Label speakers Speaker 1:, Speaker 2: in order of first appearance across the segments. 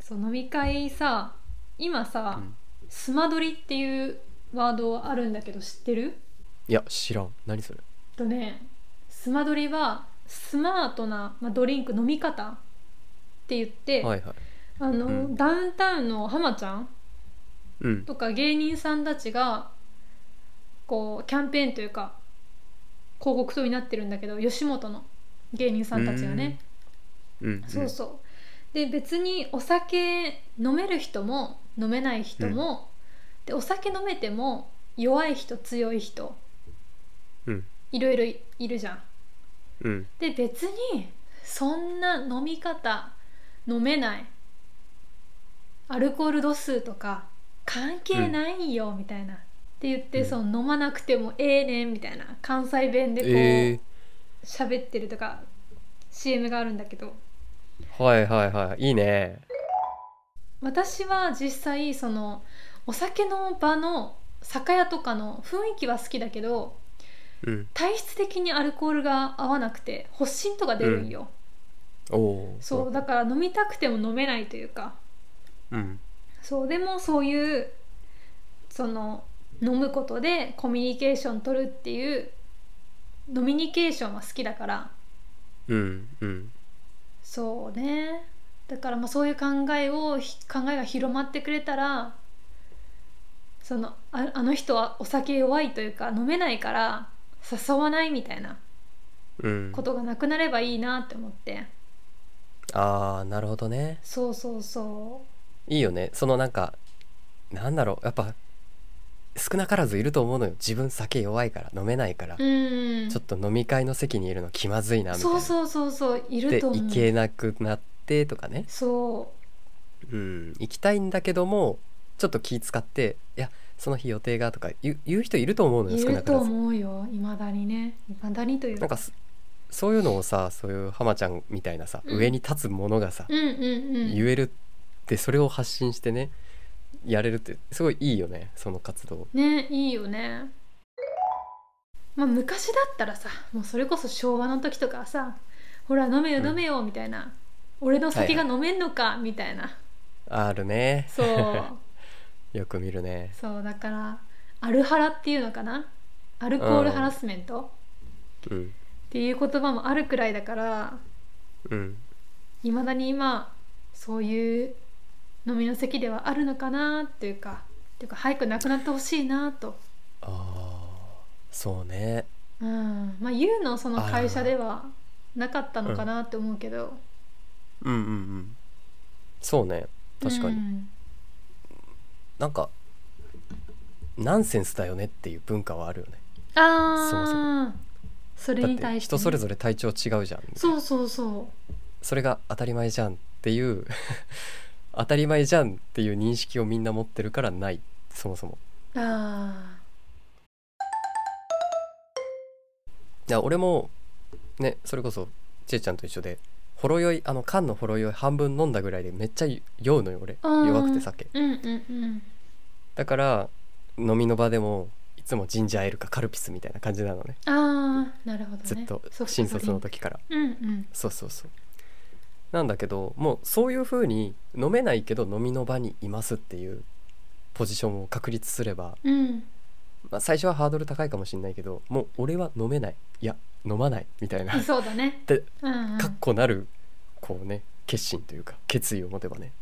Speaker 1: そう飲み会さ今さ、
Speaker 2: うん
Speaker 1: スマドリっていうワードあるんだけど知ってる
Speaker 2: いや知らん何それ
Speaker 1: えっとねスマドリはスマートな、まあ、ドリンク飲み方って言って、
Speaker 2: はいはい
Speaker 1: あの
Speaker 2: うん
Speaker 1: ダウンタウンの浜ちゃん
Speaker 2: うん
Speaker 1: とか芸人さんたちがこうキャンペーンというか広告塔になってるんだけど吉本の芸人さんたちがね、
Speaker 2: うん
Speaker 1: そうそうで別にお酒飲める人も飲めない人も、でお酒飲めても弱い人強い人
Speaker 2: うん
Speaker 1: いろいろいいるじゃん
Speaker 2: うんうん
Speaker 1: で別にそんな飲み方飲めないアルコール度数とか関係ないよみたいな、って言って、
Speaker 2: うん
Speaker 1: その飲まなくてもええねんみたいな関西弁でこ
Speaker 2: え
Speaker 1: う喋ってるとか、CM があるんだけど
Speaker 2: ー、はいはいはいいいね
Speaker 1: 私は実際そのお酒の場の酒屋とかの雰囲気は好きだけど
Speaker 2: うん
Speaker 1: 体質的にアルコールが合わなくて発疹とか出るんよ、
Speaker 2: おおー
Speaker 1: そうだから飲みたくても飲めないというか
Speaker 2: うん
Speaker 1: そうでもそういうその飲むことでコミュニケーション取るっていう飲みニケーションは好きだから
Speaker 2: うんうん
Speaker 1: そうねだからまあそういう考えをひ考えが広まってくれたらそのああの人はお酒弱いというか飲めないから誘わないみたいな
Speaker 2: うん
Speaker 1: ことがなくなればいいなって思って
Speaker 2: ああなるほどね
Speaker 1: そうそうそう
Speaker 2: いいよねそのなんかなんだろうやっぱ少なからずいると思うのよ自分酒弱いから飲めないから、
Speaker 1: うん
Speaker 2: ちょっと飲み会の席にいるの気まずいなみたい
Speaker 1: そ
Speaker 2: な
Speaker 1: うそうそうそういる
Speaker 2: で
Speaker 1: と思う
Speaker 2: 行けなくなってとかね、
Speaker 1: そ
Speaker 2: うん、行きたいんだけどもちょっと気使っていやその日予定がとか言う言う人いると思う
Speaker 1: う
Speaker 2: のよ
Speaker 1: い
Speaker 2: 少
Speaker 1: る
Speaker 2: なか
Speaker 1: と
Speaker 2: らず
Speaker 1: 思うよいまだにねいまだにという
Speaker 2: なんかすそういうのをさそういう浜ちゃんみたいなさ、
Speaker 1: うん
Speaker 2: 上に立つものがさ、
Speaker 1: うんうんうん
Speaker 2: 言えるってそれを発信してねやれるってすごいいいよねその活動
Speaker 1: ねいいよねまあ昔だったらさもうそれこそ昭和の時とかさほら飲めよ
Speaker 2: うん
Speaker 1: 飲めよみたいな、俺の酒が飲めんのかみたいな、
Speaker 2: あるね
Speaker 1: そう
Speaker 2: よく見るね
Speaker 1: そうだからアルハラっていうのかなアルコールハラスメント
Speaker 2: うん
Speaker 1: っていう言葉もあるくらいだから
Speaker 2: うん
Speaker 1: いまだに今そういう飲みの席ではあるのかなっていうかっていうか早くなくなってほしいなと、
Speaker 2: あーそうね
Speaker 1: うん、まあ言うのその会社ではなかったのかなって思うけど、
Speaker 2: うんうんうんそうね確かに、
Speaker 1: うん
Speaker 2: なんかナンセンスだよねっていう文化はあるよね
Speaker 1: ああ
Speaker 2: そもそ
Speaker 1: それに
Speaker 2: だって
Speaker 1: 対してね、
Speaker 2: 人それぞれ体調違うじゃん
Speaker 1: そうそうそ
Speaker 2: それが当たり前じゃんっていう 当たり前じゃんっていう認識をみんな持ってるからないそもそも
Speaker 1: うあ
Speaker 2: いや俺もねそれこそちえちゃんと一緒でほろ酔いあの缶のほろ酔い半分飲んだぐらいでめっちゃ酔うのよ俺
Speaker 1: あー
Speaker 2: 弱くて酒
Speaker 1: うんうんうん
Speaker 2: だから飲みの場でもいつもジンジャーエールかカルピスみたいな感じなのね
Speaker 1: ああなるほどね
Speaker 2: ずっと
Speaker 1: ソフト
Speaker 2: 新卒の
Speaker 1: ドリン
Speaker 2: 時から
Speaker 1: クうんうん
Speaker 2: そうそうそうなんだけどもうそういう風に飲めないけど飲みの場にいますっていうポジションを確立すれば、
Speaker 1: うん
Speaker 2: まあ、最初はハードル高いかもしれないけどもう俺は飲めないいや飲まないみたいな
Speaker 1: そうだね
Speaker 2: で
Speaker 1: うんうん
Speaker 2: 確固なるこうね決心というか決意を持てばね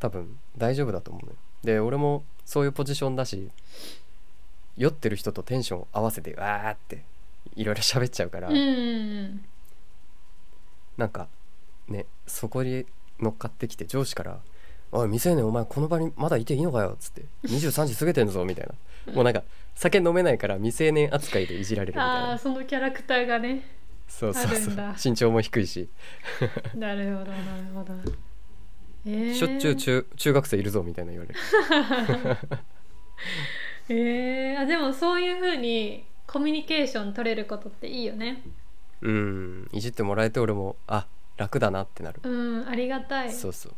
Speaker 2: 多分大丈夫だと思うのよで俺もそういうポジションだし酔ってる人とテンション合わせてわーっていろいろ喋っちゃうから、
Speaker 1: うんうん
Speaker 2: なんかねそこに乗っかってきて上司から「おい未成年お前この場にまだいていいのかよ」っつって「23時過ぎてんぞ」みたいなもうなんか酒飲めないから未成年扱いでいじられる
Speaker 1: うん
Speaker 2: みたい
Speaker 1: ああ
Speaker 2: な
Speaker 1: そのキャラクターがね
Speaker 2: そうそうそ
Speaker 1: あるんだ
Speaker 2: う身長も低いし、
Speaker 1: なるほどなるほどえー、
Speaker 2: しょっちゅう中中学生いるぞみたいな言われる
Speaker 1: えー、あでもそういうふうにコミュニケーション取れることっていいよね
Speaker 2: うんいじってもらえて俺もあ楽だなってなる、
Speaker 1: うんありがたいう
Speaker 2: そうそう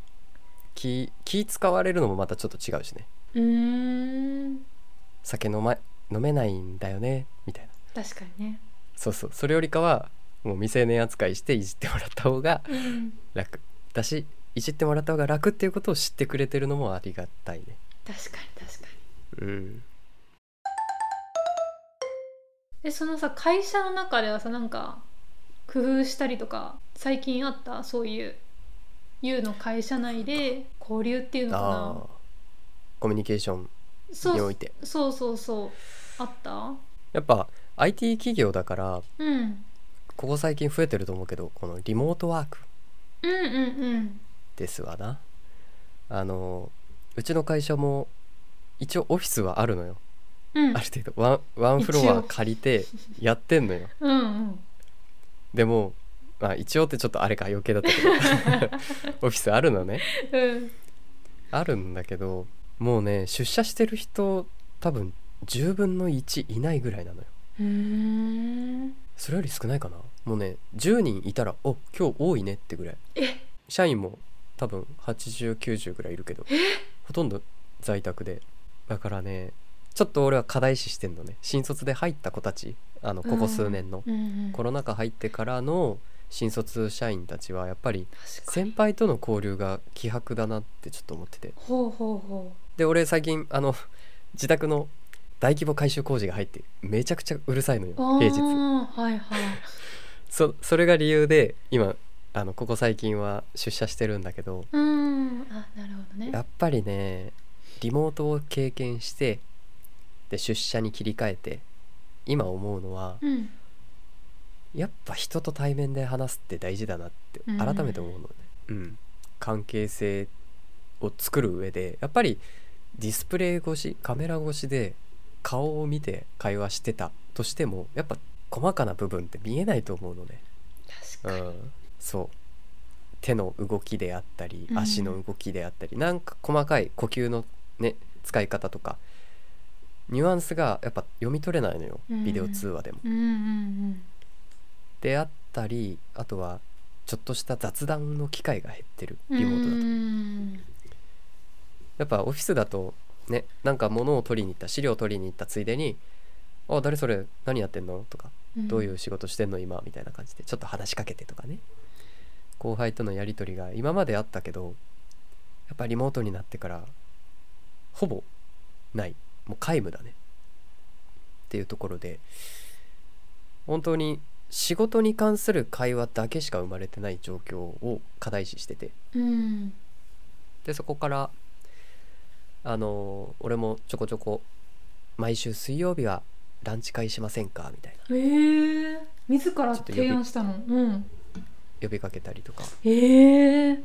Speaker 2: 気気使われるのもまたちょっと違うしね
Speaker 1: うーん
Speaker 2: 酒飲,、ま、飲めないんだよねみたいな
Speaker 1: 確かにね
Speaker 2: そうそうそれよりかはもう未成年扱いしていじってもらった方が
Speaker 1: うん
Speaker 2: 楽だしいじってもらった方が楽っていうことを知ってくれてるのもありがたいね
Speaker 1: 確かに確かに
Speaker 2: うん
Speaker 1: えそのさ会社の中ではさなんか工夫したりとか最近あったそういうユウの会社内で交流っていうのか
Speaker 2: あ
Speaker 1: な
Speaker 2: あコミュニケーション
Speaker 1: そ
Speaker 2: に
Speaker 1: う
Speaker 2: おいて
Speaker 1: そうそうそうあった
Speaker 2: やっぱ IT 企業だから
Speaker 1: うん
Speaker 2: ここ最近増えてると思うけどこのリモートワーク
Speaker 1: うんうんうん
Speaker 2: ですわなあのうちの会社も一応オフィスはあるのよ、
Speaker 1: うん
Speaker 2: ある程度ワンワンフロ
Speaker 1: 一応
Speaker 2: ア借りてやってんのよ
Speaker 1: うんうん
Speaker 2: でも、まあ、一応ってちょっとあれか余計だったけど オフィスあるのね
Speaker 1: うん
Speaker 2: あるんだけどもうね出社してる人多分10分の1いないぐらいなのよ
Speaker 1: うーん
Speaker 2: それより少ないかなもうね10人いたらお今日多いねってぐらい
Speaker 1: え
Speaker 2: 社員も多分8090ぐらいいるけどほとんど在宅でだからねちょっと俺は課題視してんのね新卒で入った子たちあのここ数年の、
Speaker 1: うんうん
Speaker 2: コロナ禍入ってからの新卒社員たちはやっぱり
Speaker 1: 確かに
Speaker 2: 先輩との交流が希薄だなってちょっと思ってて
Speaker 1: ほうほうほ
Speaker 2: で俺最近あの 自宅の大規模改修工事が入ってめちゃくちゃうるさいのよ
Speaker 1: うあー
Speaker 2: 平日
Speaker 1: はいはい
Speaker 2: そそれが理由で今あのここ最近は出社してるんだけど
Speaker 1: うんあなるほどね
Speaker 2: やっぱりねリモートを経験してで出社に切り替えて今思うのは
Speaker 1: うん
Speaker 2: やっぱ人と対面で話すって大事だなって
Speaker 1: うん
Speaker 2: 改めて思うのね、うん関係性を作る上でやっぱりディスプレイ越しカメラ越しで顔を見て会話してたとしてもやっぱ細かな部分って見えないと思うのね、
Speaker 1: 確
Speaker 2: う
Speaker 1: かに
Speaker 2: ん、そう手の動きであったり
Speaker 1: うん
Speaker 2: 足の動きであったり、なんか細かい呼吸のね使い方とかニュアンスがやっぱ読み取れないのよ
Speaker 1: うん
Speaker 2: ビデオ通話でも。
Speaker 1: うんうん
Speaker 2: であったりあとはちょっとした雑談の機会が減ってる
Speaker 1: うん
Speaker 2: リモートだと、
Speaker 1: ート
Speaker 2: やっぱオフィスだとねなんか物を取りに行った資料を取りに行ったついでに「あ誰それ何やってんの?」とか
Speaker 1: だ
Speaker 2: 「どういうう仕事してんの今」みたいな感じでちょっと話しかけてとかね後輩とのやり取りが今まであったけどやっぱリモートになってからほぼないもう皆無だねっていうところで本当に仕事に関する会話だけしか生まれてない状況を課題視してて
Speaker 1: うん
Speaker 2: でそこからあの俺もちょこちょこ毎週水曜日はランチ会しませんかみたいな
Speaker 1: ええ自ら提案したのうん
Speaker 2: 呼びかけたりとか
Speaker 1: ええ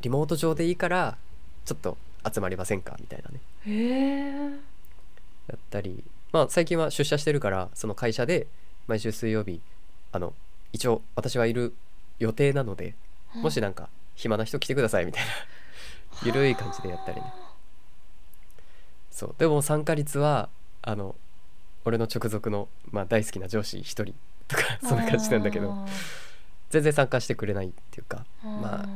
Speaker 2: リモート上でいいからちょっと集まりませんかみたいなね
Speaker 1: ええ
Speaker 2: だったりまあ最近は出社してるからその会社で毎週水曜日あの一応私はいる予定なのでもしなんか暇な人来てくださいみたいなゆるい感じでやったりねそうでも参加率はあの俺の直属の、まあ、大好きな上司1人とかそんな感じなんだけど全然参加してくれないっていうかまあ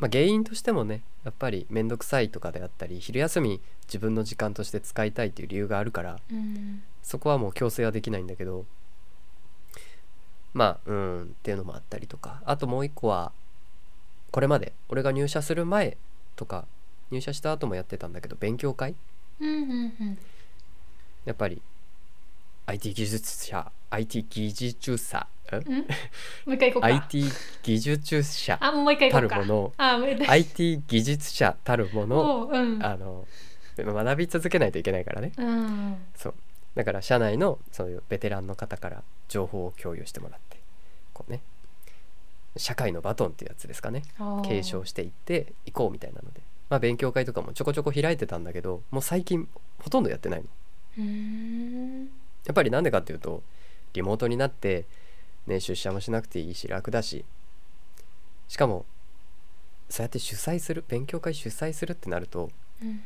Speaker 2: まあ、原因としてもねやっぱり面倒くさいとかであったり昼休み自分の時間として使いたいという理由があるから
Speaker 1: うん
Speaker 2: そこはもう強制はできないんだけどまあうんっていうのもあったりとかあともう一個はこれまで俺が入社する前とか入社した後もやってたんだけど勉強会
Speaker 1: うんうん
Speaker 2: やっぱり IT 技術者 IT 技術者ん
Speaker 1: うんん もう一回行こうか
Speaker 2: IT 技術者
Speaker 1: あもう一回行
Speaker 2: た
Speaker 1: こう
Speaker 2: る
Speaker 1: か
Speaker 2: もの
Speaker 1: あもう
Speaker 2: IT 技術者たるもの
Speaker 1: もううん
Speaker 2: あの学び続けないといけないからね
Speaker 1: うん
Speaker 2: そうだから社内のそういうベテランの方から情報を共有してもらってこうね社会のバトンっていうやつですかね
Speaker 1: あー
Speaker 2: 継承していっていこうみたいなので、まあ、勉強会とかもちょこちょこ開いてたんだけどもう最近ほとんどやってないの
Speaker 1: うーん
Speaker 2: やっぱりなんでかっていうとリモートになって、ね、出社もしなくていいし楽だししかもそうやって主催する勉強会主催するってなると
Speaker 1: うん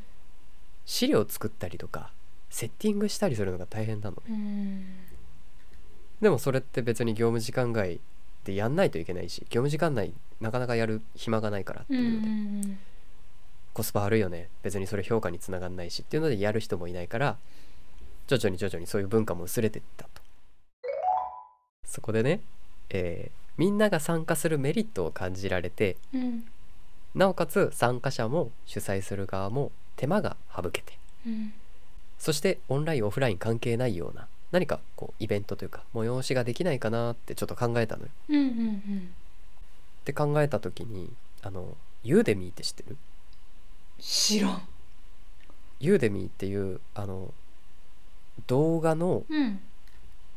Speaker 2: 資料作ったりとかセッティングしたりするのが大変なの
Speaker 1: うん
Speaker 2: でもそれって別に業務時間外でやんないといけないし業務時間内なかなかやる暇がないからって
Speaker 1: うんう
Speaker 2: いうので、
Speaker 1: ん
Speaker 2: コスパ悪いよね別にそれ評価につながんないしっていうのでやる人もいないから徐々に徐々にそういう文化も薄れてったとそこでね、えーみんなが参加するメリットを感じられて
Speaker 1: うん
Speaker 2: なおかつ参加者も主催する側も手間が省けて
Speaker 1: うん
Speaker 2: そしてオンラインオフライン関係ないような何かこうイベントというか催しができないかなってちょっと考えたのよ。
Speaker 1: うんうん
Speaker 2: って考えた時にあのユーデミーって知ってる
Speaker 1: 知らん
Speaker 2: ユーデミーっていうあの動画の
Speaker 1: うん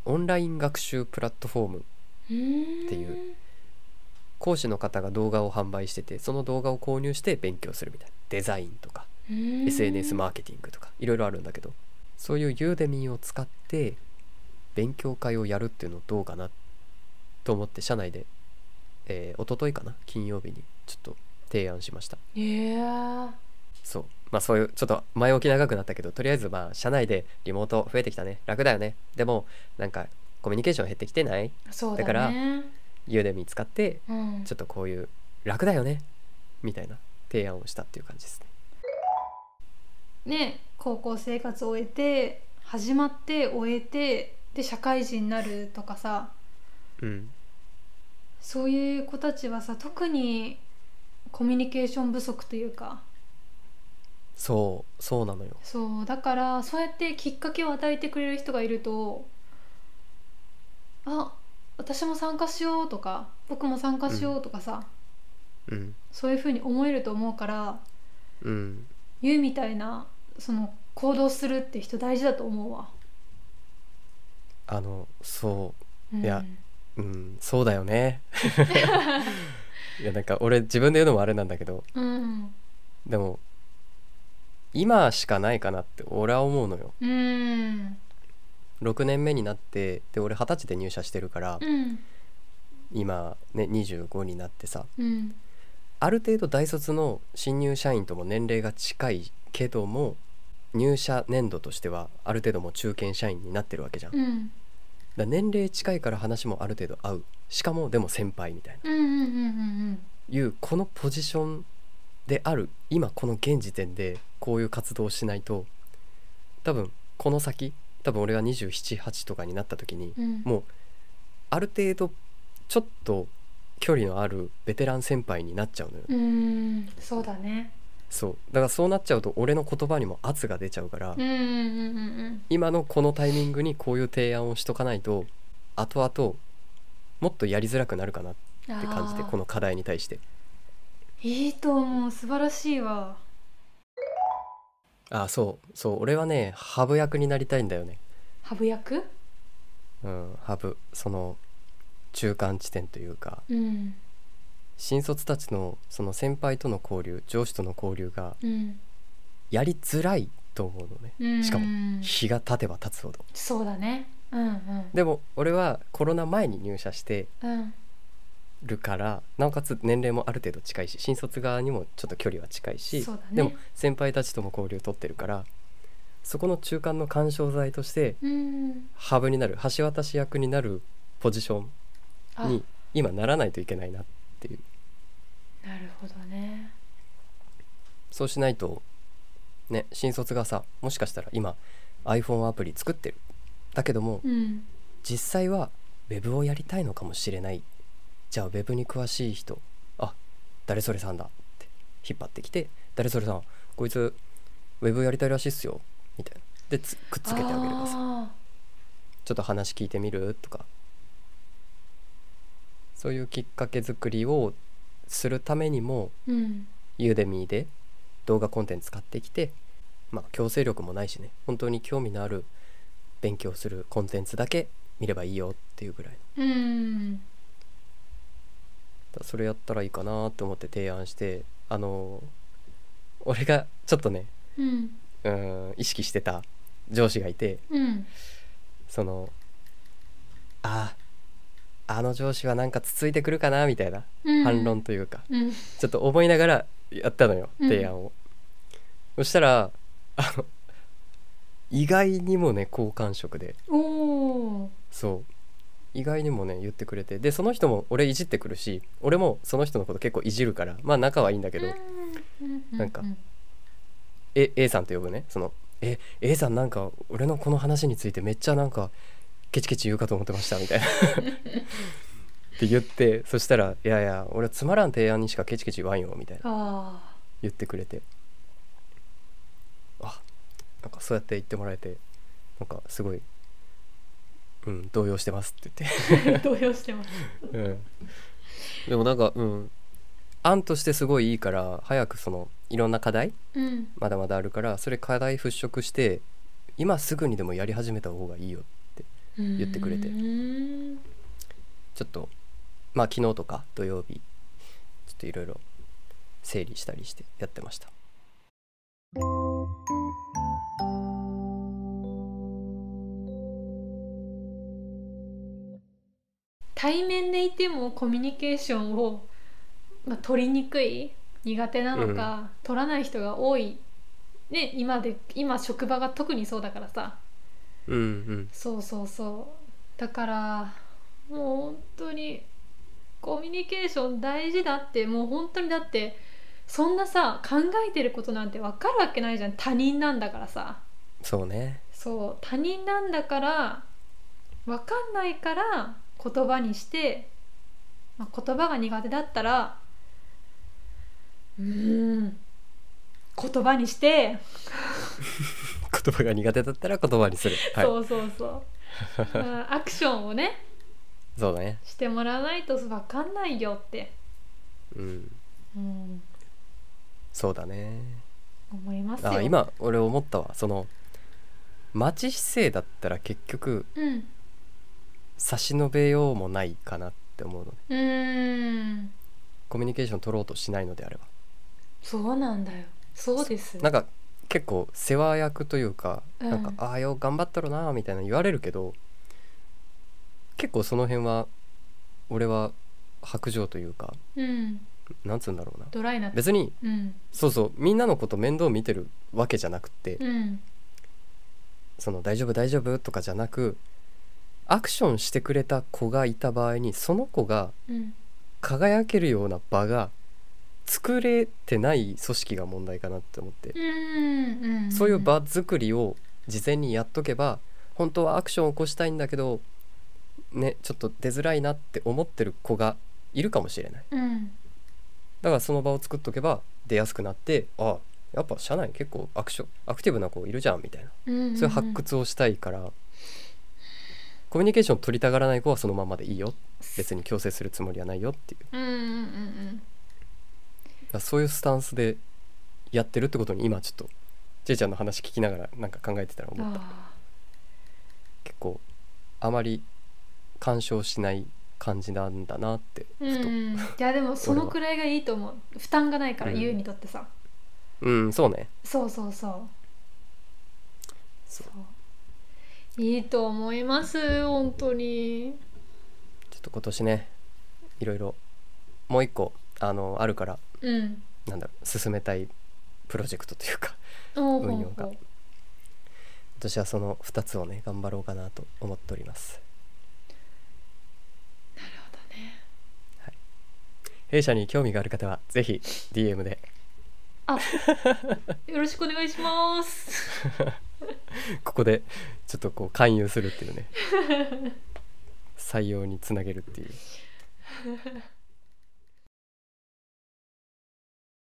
Speaker 2: オンライン学習プラットフォーム
Speaker 1: ってい
Speaker 2: いう講師の方が動画を販売しててその動画を購入して勉強するみたいなデザインとか
Speaker 1: う
Speaker 2: SNS マーケティングとかいろいろあるんだけどそういうユーデミーを使って勉強会をやるっていうのどうかなと思って社内で、えー、一昨日かな金曜日にちょっと提案しました
Speaker 1: えー、
Speaker 2: そうまあそういうちょっと前置き長くなったけどとりあえずまあ社内でリモート増えてきたね楽だよねでもなんかコミュニケーション減ってきてない
Speaker 1: そうだ,、ね、
Speaker 2: だからユーデミー使って
Speaker 1: うん
Speaker 2: ちょっとこういう楽だよねみたいな提案をしたっていう感じですね
Speaker 1: ね高校生活を終えて始まって終えてで社会人になるとかさ
Speaker 2: うん
Speaker 1: そういう子たちはさ特にコミュニケーション不足というか
Speaker 2: そうそうなのよ
Speaker 1: そうだからそうやってきっかけを与えてくれる人がいるとあ私も参加しようとか僕も参加しようとかさ、
Speaker 2: うん
Speaker 1: そういうふうに思えると思うから
Speaker 2: うん
Speaker 1: 言うみたいなその行動するって人大事だと思うわ。
Speaker 2: あのそ
Speaker 1: うん
Speaker 2: いやううんそうだよ ねいやなんか俺自分で言うのもあれなんだけど
Speaker 1: うん
Speaker 2: でも今しかないかなって俺は思うのよ
Speaker 1: うん
Speaker 2: 6年目になってで俺二十歳で入社してるから
Speaker 1: うん
Speaker 2: 今ね25になってさ
Speaker 1: うん
Speaker 2: ある程度大卒の新入社員とも年齢が近いけども入社年度としてはある程度もう中堅社員になってるわけじゃん、だか
Speaker 1: うん
Speaker 2: ら年齢近いから話もある程度合うしかもでも先輩みたいな
Speaker 1: うんうんうん
Speaker 2: いうこのポジションである今この現時点でこういう活動をしないと多分この先多分俺が278とかになった時に
Speaker 1: うんうん
Speaker 2: もうある程度ちょっと距離のあるベテラン先輩になっちゃうのよ。
Speaker 1: うんそうだね
Speaker 2: そうだからそうなっちゃうと俺の言葉にも圧が出ちゃうから、
Speaker 1: うんうんうんうん
Speaker 2: 今のこのタイミングにこういう提案をしとかないと後々もっとやりづらくなるかなっ
Speaker 1: うん
Speaker 2: て感じて
Speaker 1: あー
Speaker 2: この課題に対して
Speaker 1: いいと思う素晴らしいわ
Speaker 2: ああそうそう俺はねハブ役になりたいんだよね
Speaker 1: ハブ役
Speaker 2: うんハブその中間地点というか
Speaker 1: うん
Speaker 2: 新卒たちのその先輩との交流上司との交流が
Speaker 1: うん
Speaker 2: やりづらいと思うのね
Speaker 1: うん
Speaker 2: しかも
Speaker 1: も
Speaker 2: 日が経てば経つほど
Speaker 1: そうだねうんうん
Speaker 2: でも俺はコロナ前に入社して
Speaker 1: うん
Speaker 2: るからなおかつ年齢もある程度近いし新卒側にもちょっと距離は近いし、
Speaker 1: そうだね
Speaker 2: でも先輩たちとも交流取ってるからそこの中間の緩衝材として
Speaker 1: うん
Speaker 2: ハブになる橋渡し役になるポジショ
Speaker 1: あ
Speaker 2: ンに今ならないといけないなっていう
Speaker 1: なるほどね
Speaker 2: そうしないとね新卒がさもしかしたら今 iPhone アプリ作ってるだけども
Speaker 1: うん
Speaker 2: 実際は Web をやりたいのかもしれないじゃあ Web に詳しい人あ誰それさんだって引っ張ってきて誰それさんこいつ Web やりたいらしいっすよみたいなでつくっつけてあげればさ
Speaker 1: あ
Speaker 2: ちょっと話聞いてみるとかそういうきっかけ作りをするためにも
Speaker 1: ーうん
Speaker 2: ユーデミーで動画コンテンツ買ってきてまあ強制力もないしね本当に興味のある勉強するコンテンツだけ見ればいいよっていうぐらい
Speaker 1: うん
Speaker 2: だからそれやったらいいかなと思って提案してあの俺がちょっとね
Speaker 1: うん
Speaker 2: うーん意識してた上司がいて
Speaker 1: うん
Speaker 2: そのああの上司はなんかつついてくるかなみたいな
Speaker 1: うん
Speaker 2: 反論というか、
Speaker 1: うん
Speaker 2: ちょっと思いながらやったのよ
Speaker 1: うん
Speaker 2: 提案を、そしたらあの意外にもね好感触で
Speaker 1: おお
Speaker 2: そう意外にもね言ってくれてでその人も俺いじってくるし俺もその人のこと結構いじるからまあ仲はいいんだけど、なんかえ A さんと呼ぶねそのえ A さんなんか俺のこ の話についてめっちゃなんかケチケチ言うかと思ってましたみたいなって言ってそしたら「いやいや俺はつまらん提案にしかケチケチ言わんよ」みたいな
Speaker 1: あ
Speaker 2: 言ってくれてあなんかそうやって言ってもらえてなんかすごい「うん動揺してます」って言って
Speaker 1: あ 動揺してます
Speaker 2: うんでもなんかうん案としてすごいいいから早くそのいろんな課題
Speaker 1: うん
Speaker 2: まだまだあるからそれ課題払拭して今すぐにでもやり始めた方がいいよ
Speaker 1: 言
Speaker 2: ってくれて
Speaker 1: うん
Speaker 2: ちょっとまあ昨日とか土曜日ちょっといろいろ整理したりしてやってました
Speaker 1: 対面でいてもコミュニケーションを、まあ、取りにくい苦手なのか、取らない人が多い、ね、今で今職場が特にそうだからさ
Speaker 2: うんうん
Speaker 1: そうそうそうだからもう本当にコミュニケーション大事だってもう本当にだってそんなさ考えてることなんて分かるわけないじゃん他人なんだからさ。
Speaker 2: そうね
Speaker 1: そう他人なんだから分かんないから言葉にして、まあ、言葉が苦手だったらうーん言葉にして、
Speaker 2: 言葉が苦手だったら言葉にするはい
Speaker 1: そうそうそう、まあアクションをね
Speaker 2: そうだね
Speaker 1: してもらわないと分かんないよって、
Speaker 2: うん
Speaker 1: うん、
Speaker 2: そうだね
Speaker 1: 思いますよ
Speaker 2: あ、今俺思ったわその待ち姿勢だったら結局
Speaker 1: うん、う
Speaker 2: 差し伸べようもないかなって思うのね
Speaker 1: ーん
Speaker 2: コミュニケーション取ろうとしないのであれば
Speaker 1: そうなんだよそうです
Speaker 2: なんか結構世話役というか、
Speaker 1: うん
Speaker 2: なんか「ああよう頑張ったろな」みたいな言われるけど結構その辺は俺は白状というか
Speaker 1: うん
Speaker 2: なんつうんだろうな
Speaker 1: ドライな
Speaker 2: 別に
Speaker 1: うん
Speaker 2: そうそうみんなのこと面倒見てるわけじゃなくて、
Speaker 1: うん
Speaker 2: その「大丈夫大丈夫」とかじゃなくアクションしてくれた子がいた場合にその子が
Speaker 1: うん
Speaker 2: 輝けるような場が作れてない組織が問題かなって思って
Speaker 1: う。んうん
Speaker 2: そういう場作りを事前にやっとけば本当はアクションを起こしたいんだけどねちょっと出づらいなって思ってる子がいるかもしれない
Speaker 1: うん
Speaker 2: だからその場を作っとけば出やすくなってあやっぱ社内結構アクションアクティブな子いるじゃんみたいな
Speaker 1: うん
Speaker 2: そういう発掘をしたいから、コミュニケーション取りたがらない子はそのままでいいよ別に強制するつもりはないよっていうだか
Speaker 1: うんうんうん
Speaker 2: らそういうスタンスでやってるってことに今ちょっとジェイちゃんの話聞きながらなんか考えてたら
Speaker 1: うん
Speaker 2: 思った。
Speaker 1: あ
Speaker 2: 結構あまり干渉しない感じなんだなって
Speaker 1: ーうんうん
Speaker 2: ふと
Speaker 1: いやでもそのくらいがいいと思う負担がないから
Speaker 2: うん
Speaker 1: 優にとってさ、
Speaker 2: うん、そうね
Speaker 1: そうそうそうそ
Speaker 2: そう
Speaker 1: ういいと思います本当に
Speaker 2: ちょっと今年ねいろいろもう一個あのあるから
Speaker 1: うん
Speaker 2: なんだろう進めたいプロジェクトというか
Speaker 1: おう
Speaker 2: 運
Speaker 1: ほ
Speaker 2: 用
Speaker 1: う
Speaker 2: が
Speaker 1: ほう
Speaker 2: 私はその2つをね頑張ろうかなと思っております弊社に興味がある方はぜひ DM で
Speaker 1: よろしくお願いします
Speaker 2: ここでちょっとこう勧誘するっていうね採用につなげるっていう